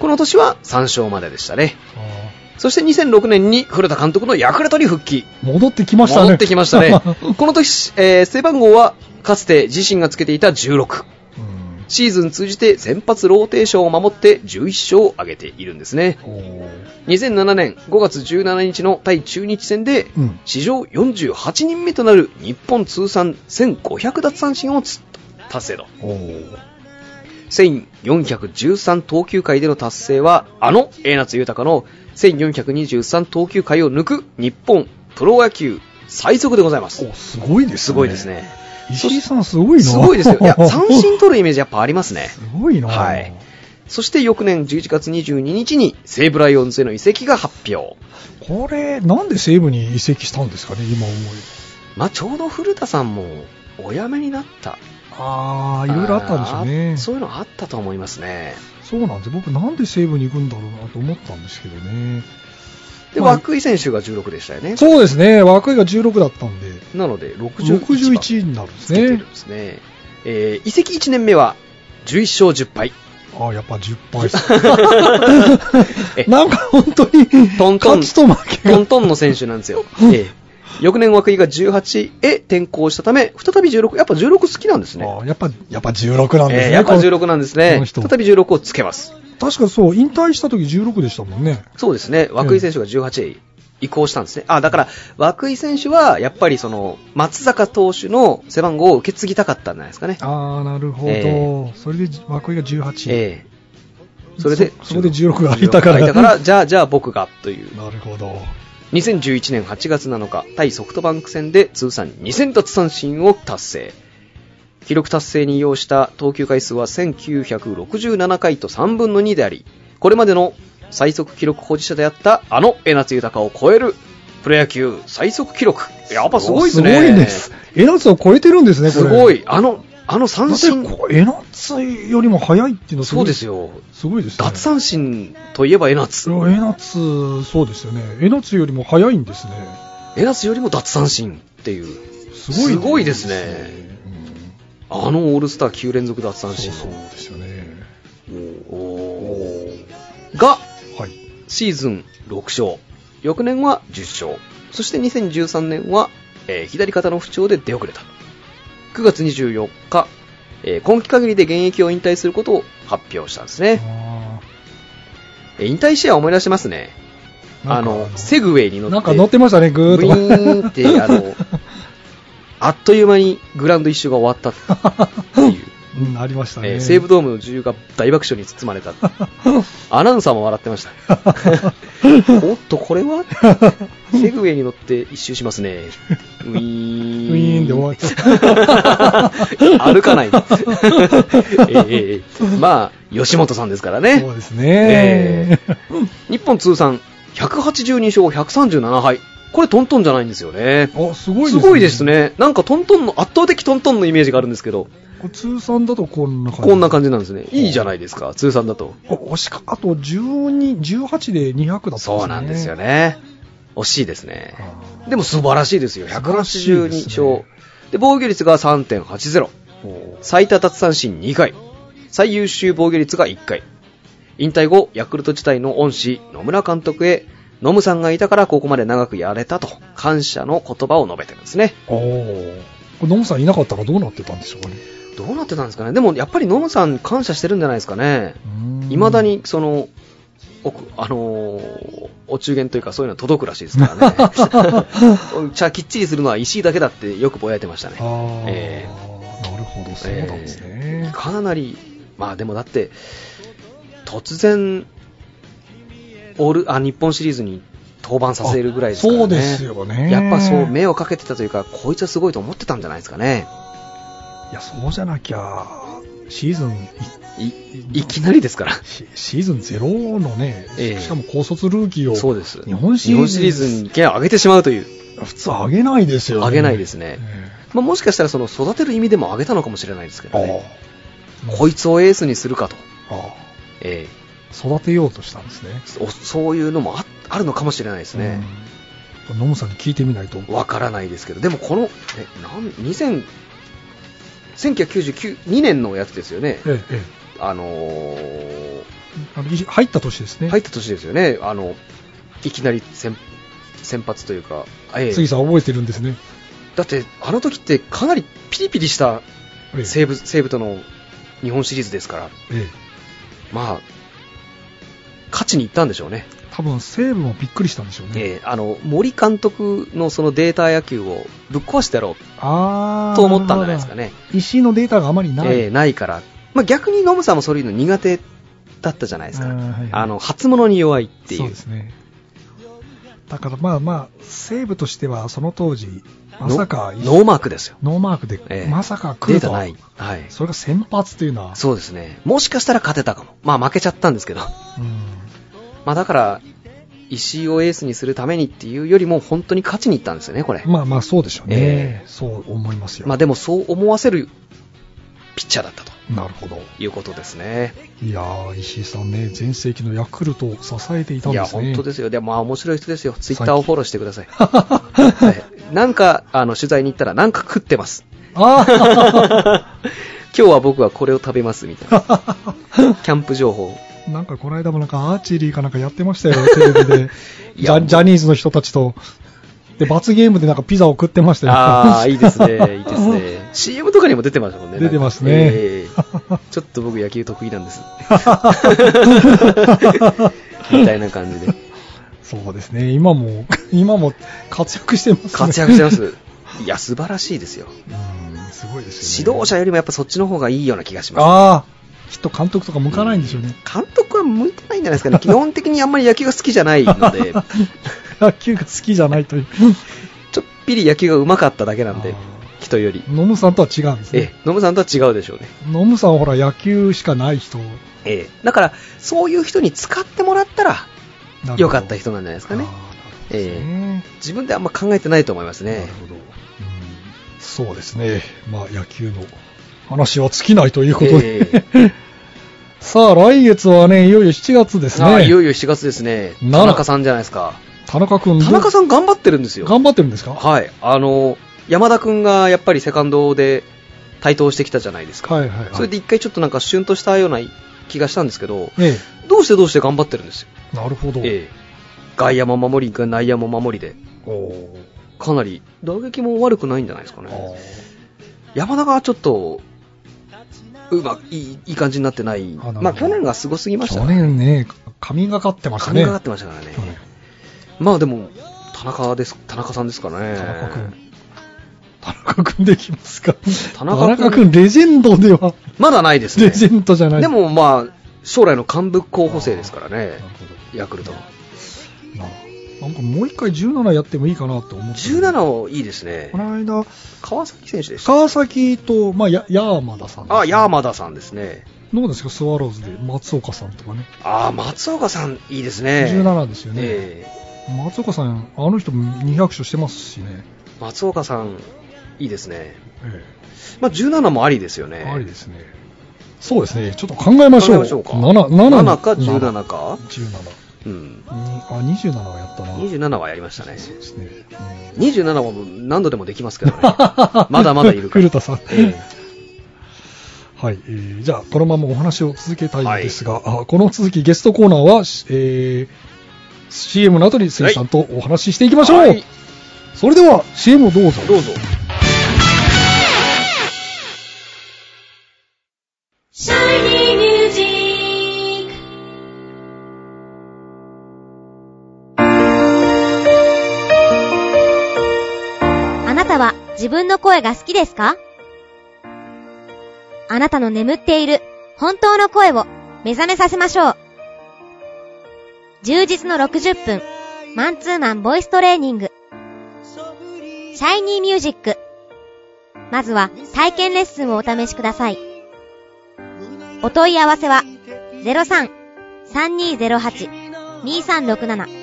S2: この年は3勝まででしたね。
S3: あ
S2: そして2006年に古田監督のヤクルトに復帰。
S3: ー戻ってきましたね
S2: 戻ってきましたね。 この時、えー背番号はかつて自身がつけていた16。
S3: うん
S2: シーズン通じて先発ローテーションを守って11勝を挙げているんですね。
S3: おー
S2: 2007年5月17日の対中日戦で、
S3: うん
S2: 史上48人目となる日本通算1500奪三振をつ達成と。
S3: おー
S2: 1413投球回での達成は、あの、江夏豊の1423投球回を抜く日本プロ野球最速でございます。
S3: おすごいですね
S2: すごいですね。
S3: 石井さんすごいな
S2: すごいですよ。 いや、三振取るイメージやっぱありますね。
S3: すごいな
S2: はいそして翌年11月22日に西武ライオンズへの移籍が発表。
S3: これなんで西武に移籍したんですかね今思い
S2: まあ、ちょうど古田さんもお辞めになった。
S3: ああいろいろあったん
S2: あー
S3: です
S2: そ
S3: よね
S2: ういうのあったと思いますね。
S3: そうなんです僕なんで西武に行くんだろうなと思ったんですけどね
S2: で、
S3: まあ
S2: 涌井選手が16でしたよね。
S3: そうですね涌井が16だったんで
S2: なので61番。
S3: 61になるんで
S2: つ
S3: す
S2: けてる
S3: ね
S2: んですね。えー移籍1年目は11勝10敗。
S3: ああやっぱ10敗 です なんか本当に
S2: トントン
S3: 勝つと負け
S2: ト
S3: が
S2: ントンの選手なんですよ。ええ翌年涌井が18へ転向したため、再び16、やっぱ16好きなんですね。
S3: ああやっぱやっぱ16なんです
S2: え
S3: ね、
S2: えやっぱ
S3: この
S2: 16なんです
S3: こ
S2: ね
S3: の。人
S2: 再び16をつけます。
S3: 確かそう引退した時16でしたもんね
S2: そうですね。涌井選手が18へ移行したんですね。あ、だから、涌井選手は、やっぱりその、松坂投手の背番号を受け継ぎたかったんじゃないですかね。
S3: ああなるほど、
S2: ええ
S3: それで涌井が18、
S2: ええそれで、
S3: そそこで16が空いたから
S2: 16が空いたからじゃあ、じゃあ僕が、という。
S3: なるほど
S2: 2011年8月7日、対ソフトバンク戦で通算2000奪三振を達成。記録達成に要した投球回数は1967回と3分の2であり、これまでの最速記録保持者であったあの江夏豊を超えるプロ野球最速記録。やっぱすごいですね。
S3: すごいです。江夏を超えてるんですねこ
S2: す
S3: れ
S2: ごい。あの、あ
S3: だ
S2: の三
S3: って
S2: 振。
S3: こう江夏よりも速いっていうのは
S2: そうです
S3: よ
S2: よ。
S3: すごいですね
S2: 奪三振といえば江夏。
S3: いや江夏そうですよね江夏よりも速いんですね
S2: 江夏よりも奪三振っていう。
S3: すごい
S2: すごいですねあのオールスター9連続奪
S3: うん、
S2: 三
S3: そう
S2: 振
S3: そうですよね
S2: おーが
S3: はい
S2: シーズン6勝翌年は10勝そして2013年は、えー左肩の不調で出遅れた9月24日、えー今期限りで現役を引退することを発表したんですね。
S3: あ
S2: えー引退試合を思い出しますね。
S3: ーなんか
S2: あの、セグウェイに乗って、
S3: なんか乗ってましたね、ぐー
S2: ブイ
S3: っ
S2: ー
S3: と。
S2: ンって、あの、あっという間にグラウンド一周が終わったっ ていう。
S3: うん、ありましたね。
S2: えー西武ドームの自由が大爆笑に包まれた。 アナウンサーも笑ってました。 おっと、こ れはセグウェイに乗って一周しますね。ウィーン。。
S3: ウィーンで終わった
S2: 歩かない。えーえーまあ、吉本さんですからね
S3: そう。ですね。
S2: え日本通算182勝137敗。これトントンじゃないんですよね。
S3: あ、すごいです
S2: す
S3: ね。
S2: ごいです。ね。なんかトントンの、圧倒的トントンのイメージがあるんですけど、
S3: 通算だとこんな感じ。
S2: こんな感じなんですね。いいじゃないですか、通算だと。
S3: あ惜しか、あと12、18で200だったんですね。
S2: そうなんですよ。ね。惜しいですね。
S3: あ
S2: でも素晴らしいですよ。
S3: 素晴らしいですね
S2: 182勝。で、防御率が3.80。最多奪三振2回。最優秀防御率が1回。引退後、ヤクルト自体の恩師、野村監督へ、野村さんがいたからここまで長くやれたと、感謝の言葉を述べてるんですね。
S3: おーこれ、ノムさんいなかったらどうなってたんでしょうかね。
S2: どうなってたんですかねでも、やっぱり野村さん感謝してるんじゃないですかね。
S3: うーん
S2: いまだ。にそのおくあのーお中元というかそういうのは届くらしいで すからねじゃあきっちりするのは石井だけだってよくぼやいてましたね
S3: あー
S2: え
S3: なるほど、そうなんですね。
S2: かなりまあでもだって突然オールあ日本シリーズに登板させるぐらいですからね
S3: あそうですよね
S2: やっぱそう目をかけてたというかこいつはすごいと思ってたんじゃないですかね
S3: いや、そうじゃなきゃ、シーズン
S2: いいきなりですから
S3: シシーズン0のね、
S2: ええ
S3: しかも高卒ルーキーを
S2: そうです
S3: 日本シ
S2: 日
S3: リー
S2: 本
S3: ズ
S2: シリーズにいきなり上げてしまうという
S3: 普通上げないですよね。
S2: 上げないですねまあ、もしかしたらその育てる意味でも上げたのかもしれないですけ
S3: ええ。あ
S2: ど
S3: あ
S2: ね、こいつをエースにするかと、
S3: あ
S2: え
S3: あ育てようとしたんですね。
S2: えそそういうのもああるのかもしれないですね、
S3: うん。ノムさんに聞いてみないと。
S2: わからないですけど、でもこの、えなん2000 1992年のやつですよね、
S3: ええ、え
S2: あのー
S3: え。あのい入った年ですね。
S2: 入った年ですよね、あのいきなり先先発というか、ええ
S3: 杉さん覚えてるんですね。
S2: だってあの時ってかなりピリピリした
S3: ええ
S2: 西武西武との日本シリーズですから、
S3: ええ
S2: まあ、勝ちに行ったんでしょうね。
S3: 多分西武もびっくりしたんでしょうね。
S2: えーあの森監督のそのデータ野球をぶっ壊してやろう
S3: ああ。
S2: と思ったんじゃないですか。ね、
S3: 石井のデータがあまりない。
S2: えーないから、まあ、逆にノムさんもそういうの苦手だったじゃないです
S3: あー
S2: か、
S3: はいはい
S2: あの初物に弱いってい
S3: そう
S2: う
S3: ですねだからまあまあ西武としてはその当時まさか
S2: ノノーマークですよ、
S3: ノーマークで、
S2: ええ
S3: まさか来
S2: デ
S3: る
S2: ータ
S3: と
S2: ない、はい、
S3: それが先発というのは
S2: そうですね、もしかしたら勝てたかも、まあ負けちゃったんですけど、 ま
S3: うん、
S2: あだから、石井をエースにするためにっていうよりも、本当に勝ちに行ったんですよね、これ、
S3: まあまあそうでしょうね
S2: え、え
S3: そう思いますよ、
S2: まあでもそう思わせるピッチャーだったと
S3: なるほど
S2: いうことですね。
S3: いやー石井さんね全盛期のヤクルトを支えていたん
S2: いや、
S3: ですね
S2: 本当ですすよ。で、まあ、面白い人ですよ。ツイッターをフォローしてください。 はいなんか、あの、取材に行ったら、なんか食ってます。
S3: あ
S2: 今日は僕はこれを食べます、みた いな。
S3: ー
S2: キャンプ情報。
S3: なんかこの間もなんかアーチェリーかなんかやってま したよテレビで
S2: い
S3: ジャ
S2: や
S3: ジャニーズの人たちとで罰ゲームでなんかピザを食ってましたよ
S2: ああ、いいです ね。いいですね。CM とかにも出てましたもんね。
S3: 出てますね
S2: なんかえ えちょっと僕野球得意なんです。みたいな感じで。
S3: そうですね、今も、 今も活躍してますね。
S2: 活躍してます。いや、素晴らしいですよ。
S3: うん、すごいですよ、
S2: 指
S3: ね。
S2: 導者よりもやっぱそっちの方がいいような気がします。
S3: ああ、きっと監督とか向かないんでしょうね。
S2: 監督は向いてないんじゃないですか ね。基本的にあんまり野球が好きじゃないので。
S3: 野球が好きじゃないという。
S2: ちょっぴり野球が上手かっただけなんで
S3: あ、
S2: 人より。
S3: ノムさんとは違うんです
S2: え
S3: ね。
S2: え、ノムさんとは違うでしょうね。
S3: ノムさんはほら野球しかない人なる
S2: ええ、だから、そういう人に使ってもらったら、
S3: ほど
S2: 良かった人なんじゃないですかね。
S3: ああなるほどですね
S2: 自分であんま考えてないと思います
S3: な
S2: ね
S3: る。ほど、うん。そうですね。まあ野球の話は尽きないということで。
S2: え
S3: さあ来月はね、いよいよ7月です
S2: ああ、いよ
S3: ね。
S2: いよ7月ですね。
S3: なら
S2: 田中さんじゃないですか。
S3: 田中君
S2: 田中さん頑張ってるんですよ。
S3: 頑張ってるんですか
S2: はい。あの、山田くんがやっぱりセカンドで台頭してきたじゃないですか。
S3: はいはいはい。
S2: それで一回ちょっとなんかシュンとしたような気がしたんですけど、
S3: え
S2: どうしてどうして頑張ってるんですよ。
S3: え、なるほど。
S2: ええ、外野も守り、内野も守りで、
S3: お
S2: かなり打撃も悪くないんじゃないですかね。山田がちょっとうまく、いい、いい感じになってない。
S3: あなるほど
S2: まあ、去年がすごすぎました
S3: 去
S2: ね。
S3: 年ね、神がかってました
S2: 神
S3: ね。
S2: がかってましたからね
S3: 去。年
S2: まあでも、田中です、田中さんですかね。
S3: 田中君。田中君できますか田
S2: 中君
S3: 中君、レジェンドでは、
S2: まだないですね。
S3: レジェンドじゃない。
S2: で、もまあ、将来の幹部候補生ですからね
S3: なる、ほど。
S2: ヤクルトの。
S3: ななんかもう一回17やってもいいかなと思って。
S2: 17をいいですね
S3: こ。の間、
S2: 川崎選手でした。
S3: 川崎と、まあ、やヤーマダさんですね、
S2: あ、ヤーマダさんですね。
S3: どうですか、スワローズで松岡さんとかね。
S2: あ、松岡さんいいですね。
S3: 17ですよね。
S2: え
S3: 松岡さん、あの人200勝してますしね。
S2: え松岡さんいいですね。
S3: え
S2: まあ、17もありですよ
S3: え
S2: ね。
S3: ありですね。そうですね。ちょっと考えましょう。
S2: 考えましょうか
S3: 7、7
S2: 7か17か。
S3: 17。
S2: うん。
S3: にあ、27はやったな。
S2: 27はやりましたね。
S3: そうですね。うん
S2: 27はもう何度でもできます けどね。まだまだいるから。
S3: 古田さん
S2: え
S3: はい、えーじゃあこのままお話を続けたいのですが、あこの続きゲストコーナーは、しえー CM の後に杉さんとお話ししていきましょう、
S2: はい
S3: それでは CM をどうぞ
S2: えどうぞ。
S1: シャイニーミュージックあなたは自分の声が好きですかあなたの眠っている本当の声を目覚めさせましょう。充実の60分、マンツーマンボイストレーニング。シャイニーミュージック。まずは体験レッスンをお試しください。お問い合わせは03-3208-2367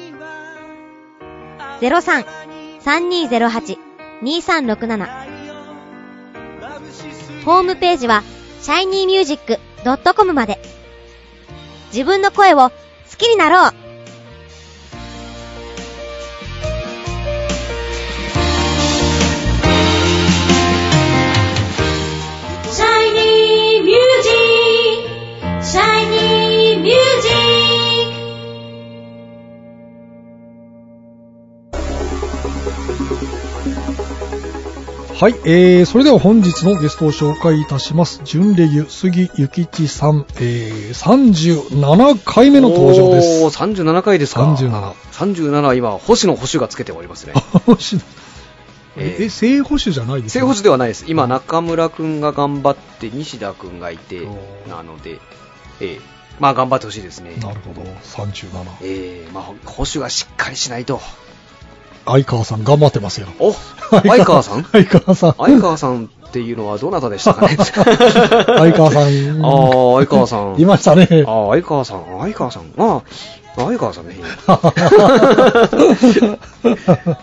S1: 03-3208-2367ホームページは shinymusic.com まで自分の声を好きになろうシャイニーミュージックシャイニーミュージッ
S3: はい、えー、それでは本日のゲストを紹介いたします準レギュ杉ゆきちさん、えー、37回目の登場で
S2: お
S3: す
S2: ー37回ですか。
S3: 37
S2: 37は今、星野保守がつけておりますね。
S3: 星野
S2: え
S3: え、正捕手じゃないです
S2: 正捕手ではないです。今、中村くんが頑張って、西田くんがいて
S3: お、ー
S2: なので、ええまあ頑張ってほしいですね。
S3: なるほど、37。
S2: ええまあ、 保守がしっかりしないと。
S3: 相川さん頑張ってますよ。
S2: お相川さん
S3: 相川さん。
S2: 相川さんっていうのはどなたでした かね
S3: 相川さん。
S2: あー相川さん
S3: いましたね。
S2: ああ、相川さん、相川さん、ああ、相川さ んね。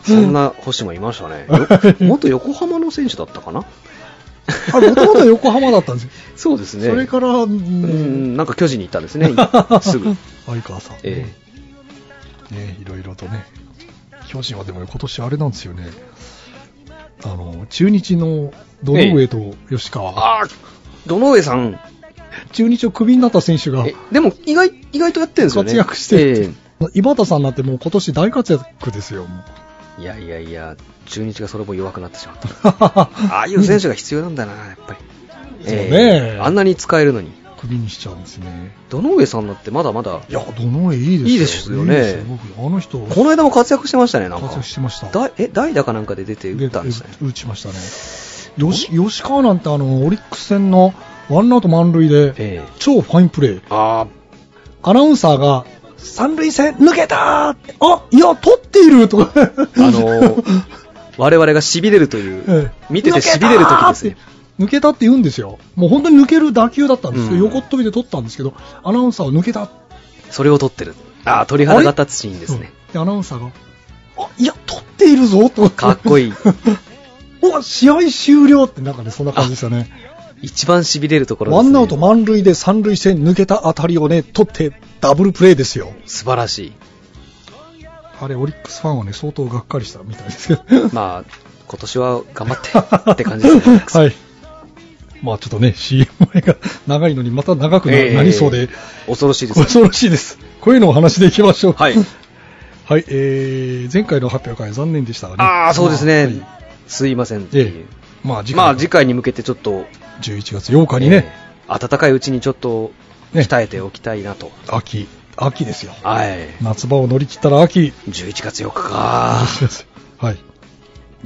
S2: そんな星もいましたね。よ元横浜の選手だったかな
S3: あれ、もともと横浜だったんですよ。
S2: そうです ね。
S3: それから、う、
S2: うんん、なんか巨人に行ったんですね、す ぐ。
S3: 相川さん。
S2: え
S3: ね、いろいろとね。巨人はでも今年あれなんですよね。あの、中日の堂上と吉
S2: え
S3: 川。
S2: ああ、堂上さん、
S3: 中日をクビになった選手が
S2: えでも意外意外とやってるんですよね。
S3: 活躍して
S2: え
S3: る。井端さんなんてもう今年大活躍ですよ、 もう。
S2: えいやいやいや、中日がそれも弱くなってしまった。 ああいう選手が必要なんだな、やっぱり。
S3: そうね
S2: えあんなに使えるのに。
S3: クビにしちゃうんですね。
S2: 堂上さんだってまだまだ、
S3: いや、どの絵いいですよ。
S2: いいですよね
S3: いいですよ僕あの人、
S2: この間も活躍してましたね、なん
S3: 活
S2: か
S3: 躍。してました。
S2: だえ、代打かなんかで出て打ったんですね。
S3: 打ちましたね。よし吉川なんてあの、オリックス戦のワンアウト満塁で、
S2: ええ
S3: 超ファインプレー。
S2: あ
S3: アナウンサーが、三塁線抜けたーってあ、いや、取っているとか。あ
S2: あ、 あのー我々が痺れるという、見てて痺れる時ですね。
S3: 抜けたって言うんですよ。もう本当に抜ける打球だったんですよ。
S2: うん
S3: 横っ飛びで取ったんですけど、アナウンサーは抜けた。
S2: それを取ってる。ああ、鳥肌が立つシーンですね。
S3: うんで、アナウンサーが、あ、いや、取っているぞと
S2: かっこいい。
S3: お試合終了ってなんかね、そんな感じでしたね。
S2: 一番痺れるところで
S3: ワ
S2: す、ね。
S3: ンアウト満塁で三塁線抜けた当たりをね、取ってダブルプレーですよ。
S2: 素晴らしい。
S3: あれ、オリックスファンはね、相当がっかりしたみたいですけど。
S2: まあ、今年は頑張ってって感じですね。
S3: はい。まあちょっとね、CM が長いのにまた長くな,、
S2: ええ
S3: なりそうで、
S2: 恐ろしい ですね。
S3: 恐ろしいです。こういうのをお話でいきましょう。
S2: はい。
S3: はい、えー、前回の発表会残念でしたがね。
S2: ああ、そうです
S3: まあ
S2: ね。すいませんっていう。
S3: まあ次回
S2: ま
S3: は、
S2: あ次回に向けてちょっと、
S3: 11月8日にね、
S2: 暖かいうちにちょっと鍛えておきたいなと。
S3: 秋、秋ですよ。
S2: はい。
S3: 夏場を乗り切ったら秋。
S2: 11月4日か。
S3: はい。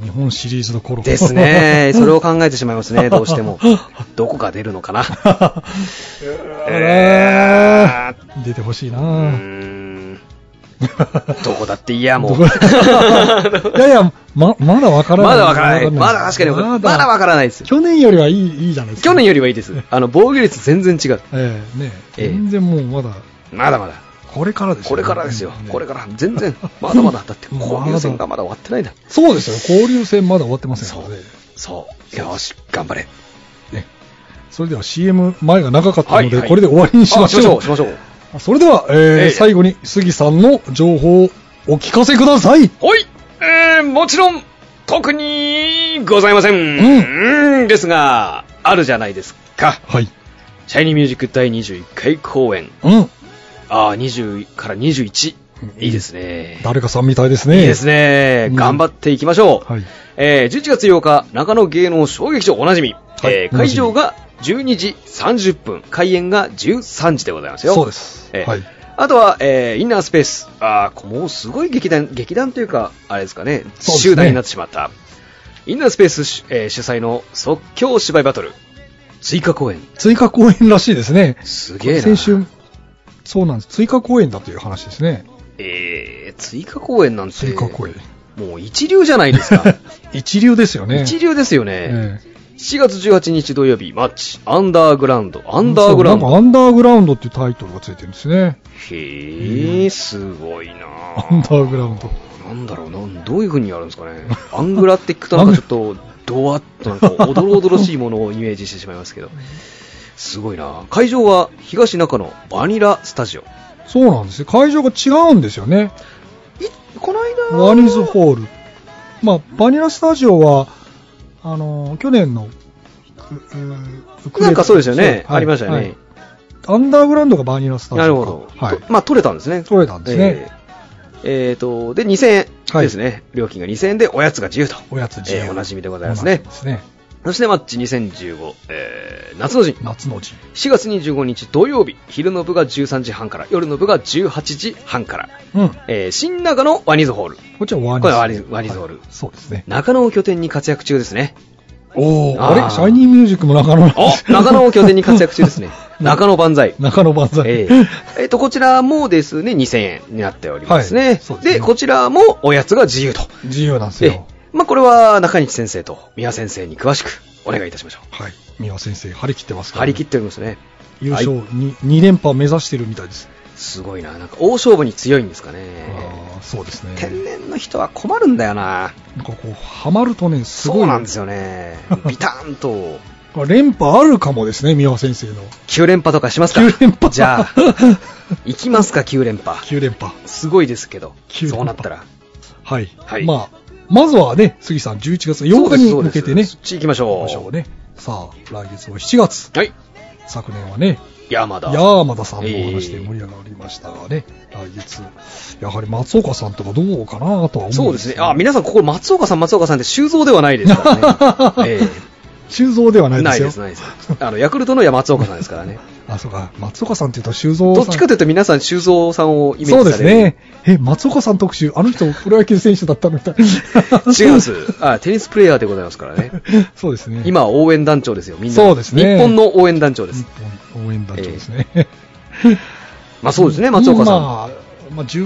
S3: 日本シリーズの頃
S2: ですね。それを考えてしまいますね、どうし ても。どこが出るのかな。
S3: え
S2: あー
S3: ー出てほしいうな
S2: ーんどこだっていいや、も
S3: ど
S2: う。
S3: こいやいや、ま、まだわからない。
S2: まだわからない。まだ確かに、まだわからないです。
S3: 去年よりはいい、いいじゃないですか。
S2: 去年よりはいいです。あの、防御率全然違う。
S3: ええね
S2: ええ
S3: 全然もうまだ、
S2: まだまだ。
S3: これからですよ
S2: これからですよ。
S3: ね
S2: これから。全然。まだまだ。だって、
S3: まだ
S2: 交流戦がまだ終わってないんだ。
S3: そうですよ。交流戦まだ終わってません
S2: そ
S3: ので。
S2: う。そう。よーし、頑張れ。
S3: ねそれでは CM 前が長かったの
S2: はいは
S3: で、
S2: い
S3: これで終わりにしまし
S2: あし
S3: ょ
S2: ましょう。しましょう。
S3: う。それでは、え
S2: え
S3: ー
S2: え
S3: 最後に杉さんの情報をお聞かせください。
S2: はい、えー、もちろん、特にございません。
S3: ん
S2: うんですが、あるじゃないですか。
S3: はい。
S2: シャイニーミュージック第21回公演。
S3: うん。
S2: ああ、20から21
S3: うん。
S2: いいですね。
S3: 誰かさんみたいですね。
S2: いいですね。
S3: うん
S2: 頑張っていきましょう。
S3: はい。
S2: えー、11月8日、中野芸能小劇場おなじみ。
S3: い
S2: えー
S3: おな
S2: 会
S3: じみ
S2: 場が12時30分、開演が13時でございますよ。
S3: そうです。
S2: ええ
S3: はい。
S2: あとは、えーインナースペース。ああ、もうすごい劇団、劇団というか、あれですかね、
S3: そうですね
S2: 集団になってしまった。インナースペース主、えー主催の即興芝居バトル。追加公演。
S3: 追加公演らしいですね。
S2: すげえな。
S3: 先週、そうなんです。追加公演だという話ですね。
S2: えー、追加公演なんて。
S3: 追加公演。
S2: もう一流じゃないですか。
S3: 一流ですよ ね。
S2: 一流ですよね。
S3: ええ
S2: 7月18日土曜日、マッチ、アンダーグラウンド、アンダーグラウン
S3: そうなんか
S2: ド。
S3: アンダーグラウンドっていうタイトルがついてるんですね。
S2: へえ、すごいな
S3: アンダーグラウンド。
S2: なんだろうなん、どういう風にやるんですかね。アングラって聞くとなんかちょっと、ドワッとなんか、おどろおどろしいものをイメージしてしまいますけど。すごいな会場は東中野バニラスタジオ。
S3: そうなんですよ。会場が違うんですよね。
S2: この間
S3: ワニズホール。まあ、バニラスタジオは、あのー去年の、う
S2: なんかそうですよね。ありました。
S3: ウ
S2: よ
S3: クレレ
S2: ね
S3: はい。アンダーグラウンドがバニラスタジオか。
S2: なるほど。
S3: はい
S2: と。まあ、取れたんですね。
S3: 取れたんですね。
S2: えーえーと、で、2000円
S3: はい
S2: ですね、料金が2000円でおやつが自由と。
S3: おやつ自由、
S2: えーおなじみでございますね
S3: おなじみですね。
S2: そしてマッチ2015、えー夏の陣。
S3: 夏の陣。
S2: 4月25日土曜日、昼の部が13時半から、夜の部が18時半から。
S3: うん。
S2: えー新中野ワニズホール。
S3: こっちはワニズ。
S2: これはワニズワニズホール
S3: はいそうですね。
S2: 中野を拠点に活躍中ですね。
S3: おー、
S2: あ
S3: あ
S2: ー
S3: れシャイニーミュージックも中野なんで
S2: お
S3: す。
S2: 中野を拠点に活躍中ですね 中野万歳。
S3: 中野万歳。
S2: えー えーと、こちらもですね、2000円になっておりますね。
S3: はい
S2: で
S3: そうですね
S2: こちらもおやつが自由と。
S3: 自由なんです
S2: えー
S3: よ。
S2: まあ、これは中西先生と宮先生に詳しくお願いいたしましょう。
S3: はい。三輪先生、張り切ってますから、
S2: 張り切っておりますね。
S3: 優勝
S2: は
S3: に、2連覇目指してるみたいです。
S2: すごいな。なんか大勝負に強いんですかね。
S3: あーそうですね。
S2: 天然の人は困るんだよな。
S3: なんかこう、ハマるとね、すごい。。
S2: そうなんですよねビターンと。
S3: 連覇あるかもですね、三輪先生の。
S2: 9連覇とかしますか
S3: 9連覇
S2: じゃあ、行きますか、9連覇。
S3: 9連覇。
S2: すごいですけど、
S3: 9連覇
S2: そうなったら。
S3: はい。
S2: はい
S3: まあ、まずはね、杉さん、11月8日に
S2: そう
S3: 向
S2: で
S3: け
S2: す
S3: てね、
S2: そうですそっち行きましょ
S3: ま
S2: う。
S3: しょうね。さあ、来月の7月、
S2: はい。
S3: 昨年はね、
S2: 山田。
S3: ヤーマダさんのお話で
S2: ええ
S3: 盛り上がりましたがね、来月、やはり松岡さんとかどうかなとは思うん
S2: そうですね。
S3: が
S2: あ、皆さん、ここ、松岡さん、松岡さんって修造ではないですか らね。え
S3: 修造ではな
S2: え
S3: いで
S2: な
S3: す
S2: い
S3: よ。
S2: です、ないです。あの、ヤクルトの山松岡さんですか らね。
S3: あ、そうか、松岡さんっていうと修造さ
S2: ど
S3: ん。
S2: っちかというと皆さん、修造さんをイメージさ
S3: そ
S2: れ
S3: う
S2: る。
S3: ですね。え、松岡さん特集、あの人、プロ野球選手だったみたい。
S2: 違います。あ、テニスプレイヤーでございますからね。
S3: そうですね。
S2: 今は応援団長ですよ、みんな。
S3: そうですね
S2: 日本の応援団長です。
S3: 日本応援団長ですね。
S2: まあそうですね、松岡さん。
S3: まあ、まあ、十、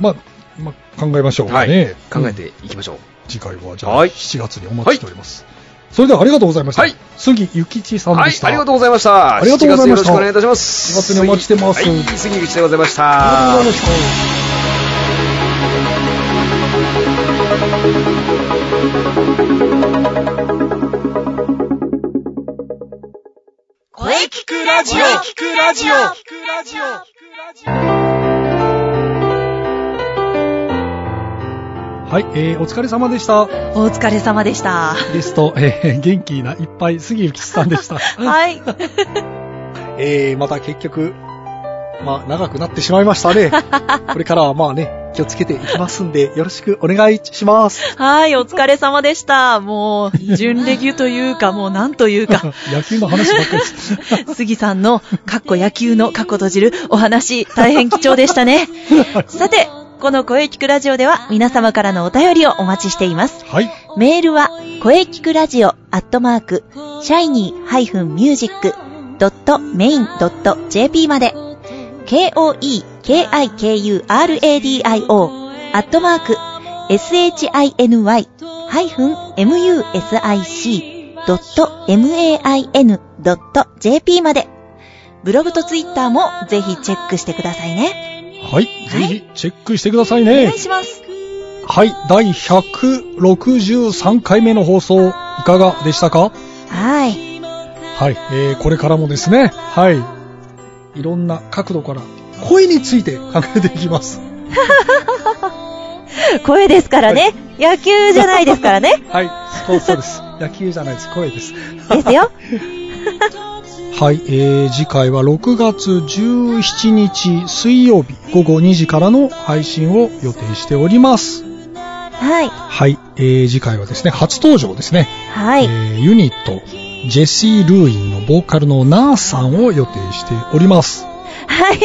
S3: まあ、まあ、考えましょうか
S2: はい、
S3: ね。
S2: 考え
S3: うん
S2: ていきましょう。
S3: 次回は、じゃあ、
S2: はい
S3: 7月にお待ちしております。それではありがとうございました。
S2: はい
S3: 杉ゆきちさん
S2: は
S3: で
S2: い
S3: し、た。
S2: ありがとうございました。
S3: ありがとうございました
S2: 7月よろしくお願いいたします。
S3: 7月にお待ちしてます
S2: はい、杉口でございまし
S3: あ
S2: た
S3: りがとうございま。した。
S4: 声聞くラジオ聞くラジオ
S3: はい、えー、お疲れ様でした。
S5: お疲れ様でした。
S3: ゲスト、えー、元気ないっぱい、杉ゆきちさんでした。
S5: はい。
S3: えー、また結局、まあ、長くなってしまいましたね。これからはまあね、
S5: 気をつけていきますんで、よろしくお願いし ます。
S6: はい、お疲れ様でした。もう、準レギュというか、もうなんというか、
S3: 野球の話ばっかりです。
S6: 杉さんの、かっこ野球のかっこ閉じるお話、大変貴重でしたね。さて、この声聞くラジオでは皆様からのお便りをお待ちしています。
S3: はい。
S6: メールは、声聞くラジオアットマーク、shiny-music.main.jp まで、k-o-e-k-i-k-u-r-a-d-i-o アットマーク、shiny-music.main.jp まで、ブログとツイッターもぜひチェックしてくださいね。
S3: はい。ぜひ、チェックしてください
S6: お
S3: ね
S6: 願い。します。
S3: はい。第163回目の放送、いかがでした
S6: は
S3: か
S6: い。
S3: はい、えーこれからもですね、はい、いろんな角度から声について考えていきます。。
S6: 声ですからね。野球じゃないですからね
S3: はい、そうそう です。野球じゃないです、声です。
S6: ですよ。
S3: はい、えー次回は6月17日水曜日午後2時からの配信を予定しております。
S6: はい。
S3: はい、えー次回はですね、初登場ですね、
S6: は
S3: え
S6: い。
S3: ーユニット、ジェシー・ルーインのボーカルのナーさんを予定しております。
S6: はい。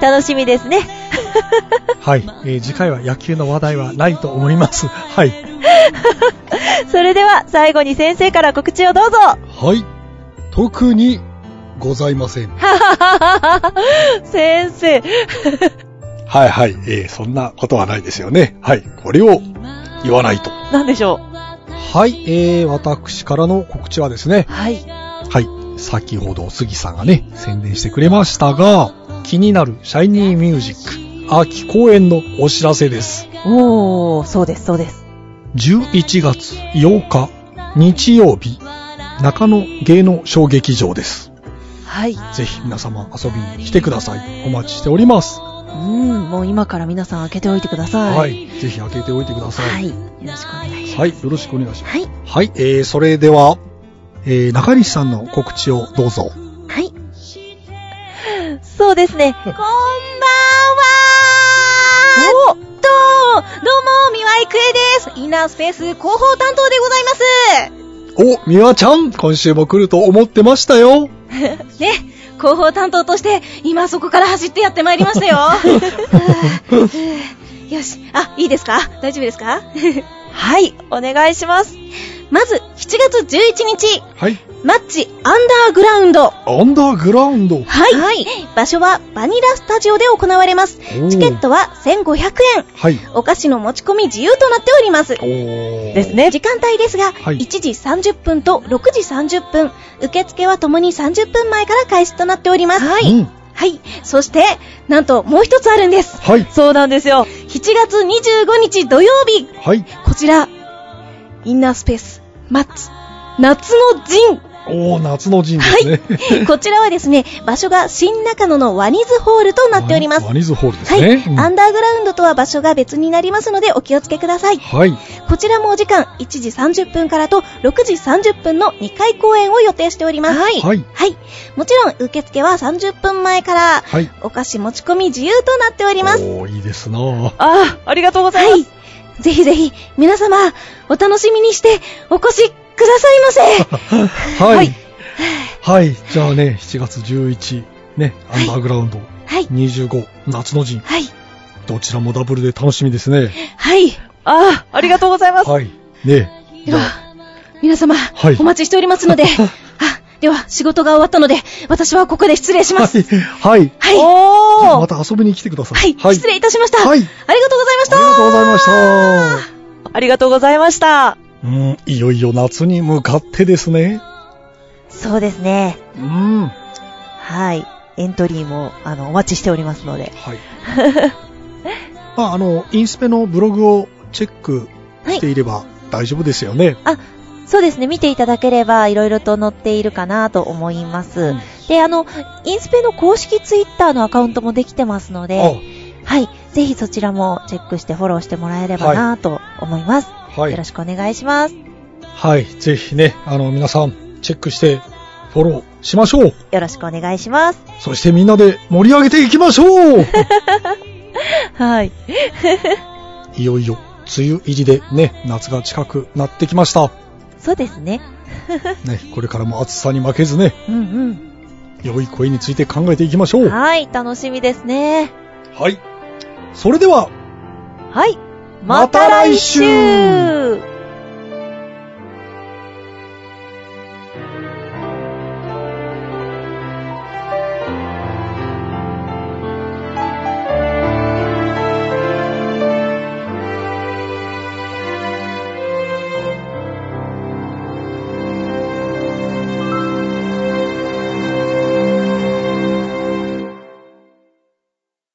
S6: 楽しみですね。
S3: はい、えー次回は野球の話題はないと思います。 はい。
S6: それでは最後に先生から告知をどうぞ。
S3: はい。特にございません。
S6: 先生。
S3: はいはい、えーそんなことはないですよね。はい。これを言わないと。
S6: なんでしょ
S3: はい、えー、私からの告知はですね
S6: う。、はい。
S3: はい。先ほど杉さんがね、宣伝してくれましたが、気になるシャイニーミュージック秋公演のお知らせです。
S6: おー、そうです、そうです。
S3: 11月8日日曜日、中野芸能小劇場です。
S6: はい。
S3: ぜひ皆様遊びに来てください。お待ちしております。
S6: うん、もう今から皆さん開けておいてください。
S3: は。い。ぜひ開けておいてください。
S6: はい。よろしくお願いし
S3: はい、よろしくお願いしま。
S6: ますす。はい。
S3: はい、えー、それでは、えー、中西さんの告知をどうぞ。
S6: はい。そうですね。こんばんはおっとどうも、三輪郁恵ですインナースペース広報担当でございます
S3: お、みわちゃん、今週も来ると思ってましたよ。
S7: ね、広報担当として、今そこから走ってやってまいりました よ。はぁよし、あ、いいですか大丈夫ですか
S6: はい、お願いします。
S7: まず、7月11日、
S3: はい、
S7: マッチアンダーグラウンド。
S3: アンダーグラウンド。
S7: はい。場所はバニラスタジオで行われます。
S3: ー
S7: チケットは1500円。
S3: はい。
S7: お菓子の持ち込み自由となっております。
S3: おー。
S6: ですね。
S7: 時間帯ですが、
S3: はい
S7: 1時30分と6時30分。受付はともに30分前から開始となっております。は
S3: うん。
S7: はい。そして、なんともう一つあるんです。
S3: はい、
S6: そうなんですよ。
S7: 7月25日土曜日、
S3: はい。
S7: こちら、インナースペース、マッチ、夏の陣。
S3: おー、夏の陣ですね。
S7: こちらはですね、場所が新中野のワニズホールとなっております。
S3: ワニズホールです
S7: はい、
S3: ね。うん
S7: アンダーグラウンドとは場所が別になりますのでお気をつけください。
S3: はい。
S7: こちらもお時間1時30分からと6時30分の2回公演を予定しております。はい
S3: はい。
S7: はい。もちろん受付は30分前から、
S3: はい。
S7: お菓子持ち込み自由となっております。
S3: おー、いいですなぁ。
S6: ああ、ありがとうございま
S7: は
S6: す。
S7: い。ぜひぜひ、皆様、お楽しみにして、お越しくださいませ。
S3: はい。はい。じゃあね、7月11、ね、アンダーグラウンド、
S7: はい。
S3: 25、夏の陣、
S7: はい。
S3: どちらもダブルで楽しみですね。
S7: はい。
S6: ああ、ありがとうございます。
S3: はい。ねえ。
S7: では、皆様、
S3: はい
S7: お待ちしておりますの で、あ、では、仕事が終わったので、私はここで失礼します。
S3: はい。はい。
S7: はい。は
S6: おー、
S3: また遊びに来てくださ
S7: い
S3: い。。
S7: 失礼いたしました。
S3: はい。あ
S7: あ
S3: り
S7: りがとうございました。
S3: がとうございました。
S6: ありがとうございました。
S3: うん、いよいよ夏に向かってですね。
S6: そうですね。
S3: うん。は
S6: はい。エントリーも、あの、お待ちしておりますので。
S3: い。 まあ、あの、インスペのブログをチェックしていれば大丈夫ですよね。
S6: そうですね。見ていただければ、いろいろと載っているかなと思います。で、あの、インスペの公式ツイッターのアカウントもできてますので、はい。ぜひそちらもチェックしてフォローしてもらえればなと思います、
S3: あ、は
S6: よろ
S3: い。
S6: しくお願いします。
S3: はい。ぜひね、あの、皆さん、チェックして、フォローしましょう。
S6: よろしくお願いします。
S3: そしてみんなで盛り上げていきましょう
S6: はい。
S3: いよいよ、梅雨入りでね、夏が近くなってきました。
S6: そうですね。
S3: ね、これからも暑さに負けずね、
S6: うん
S3: 良い声について考えていきましょ
S6: う。。
S3: うん
S6: はい、楽しみですね。
S3: はい。それでは、
S6: はい。
S3: また来週
S6: また来週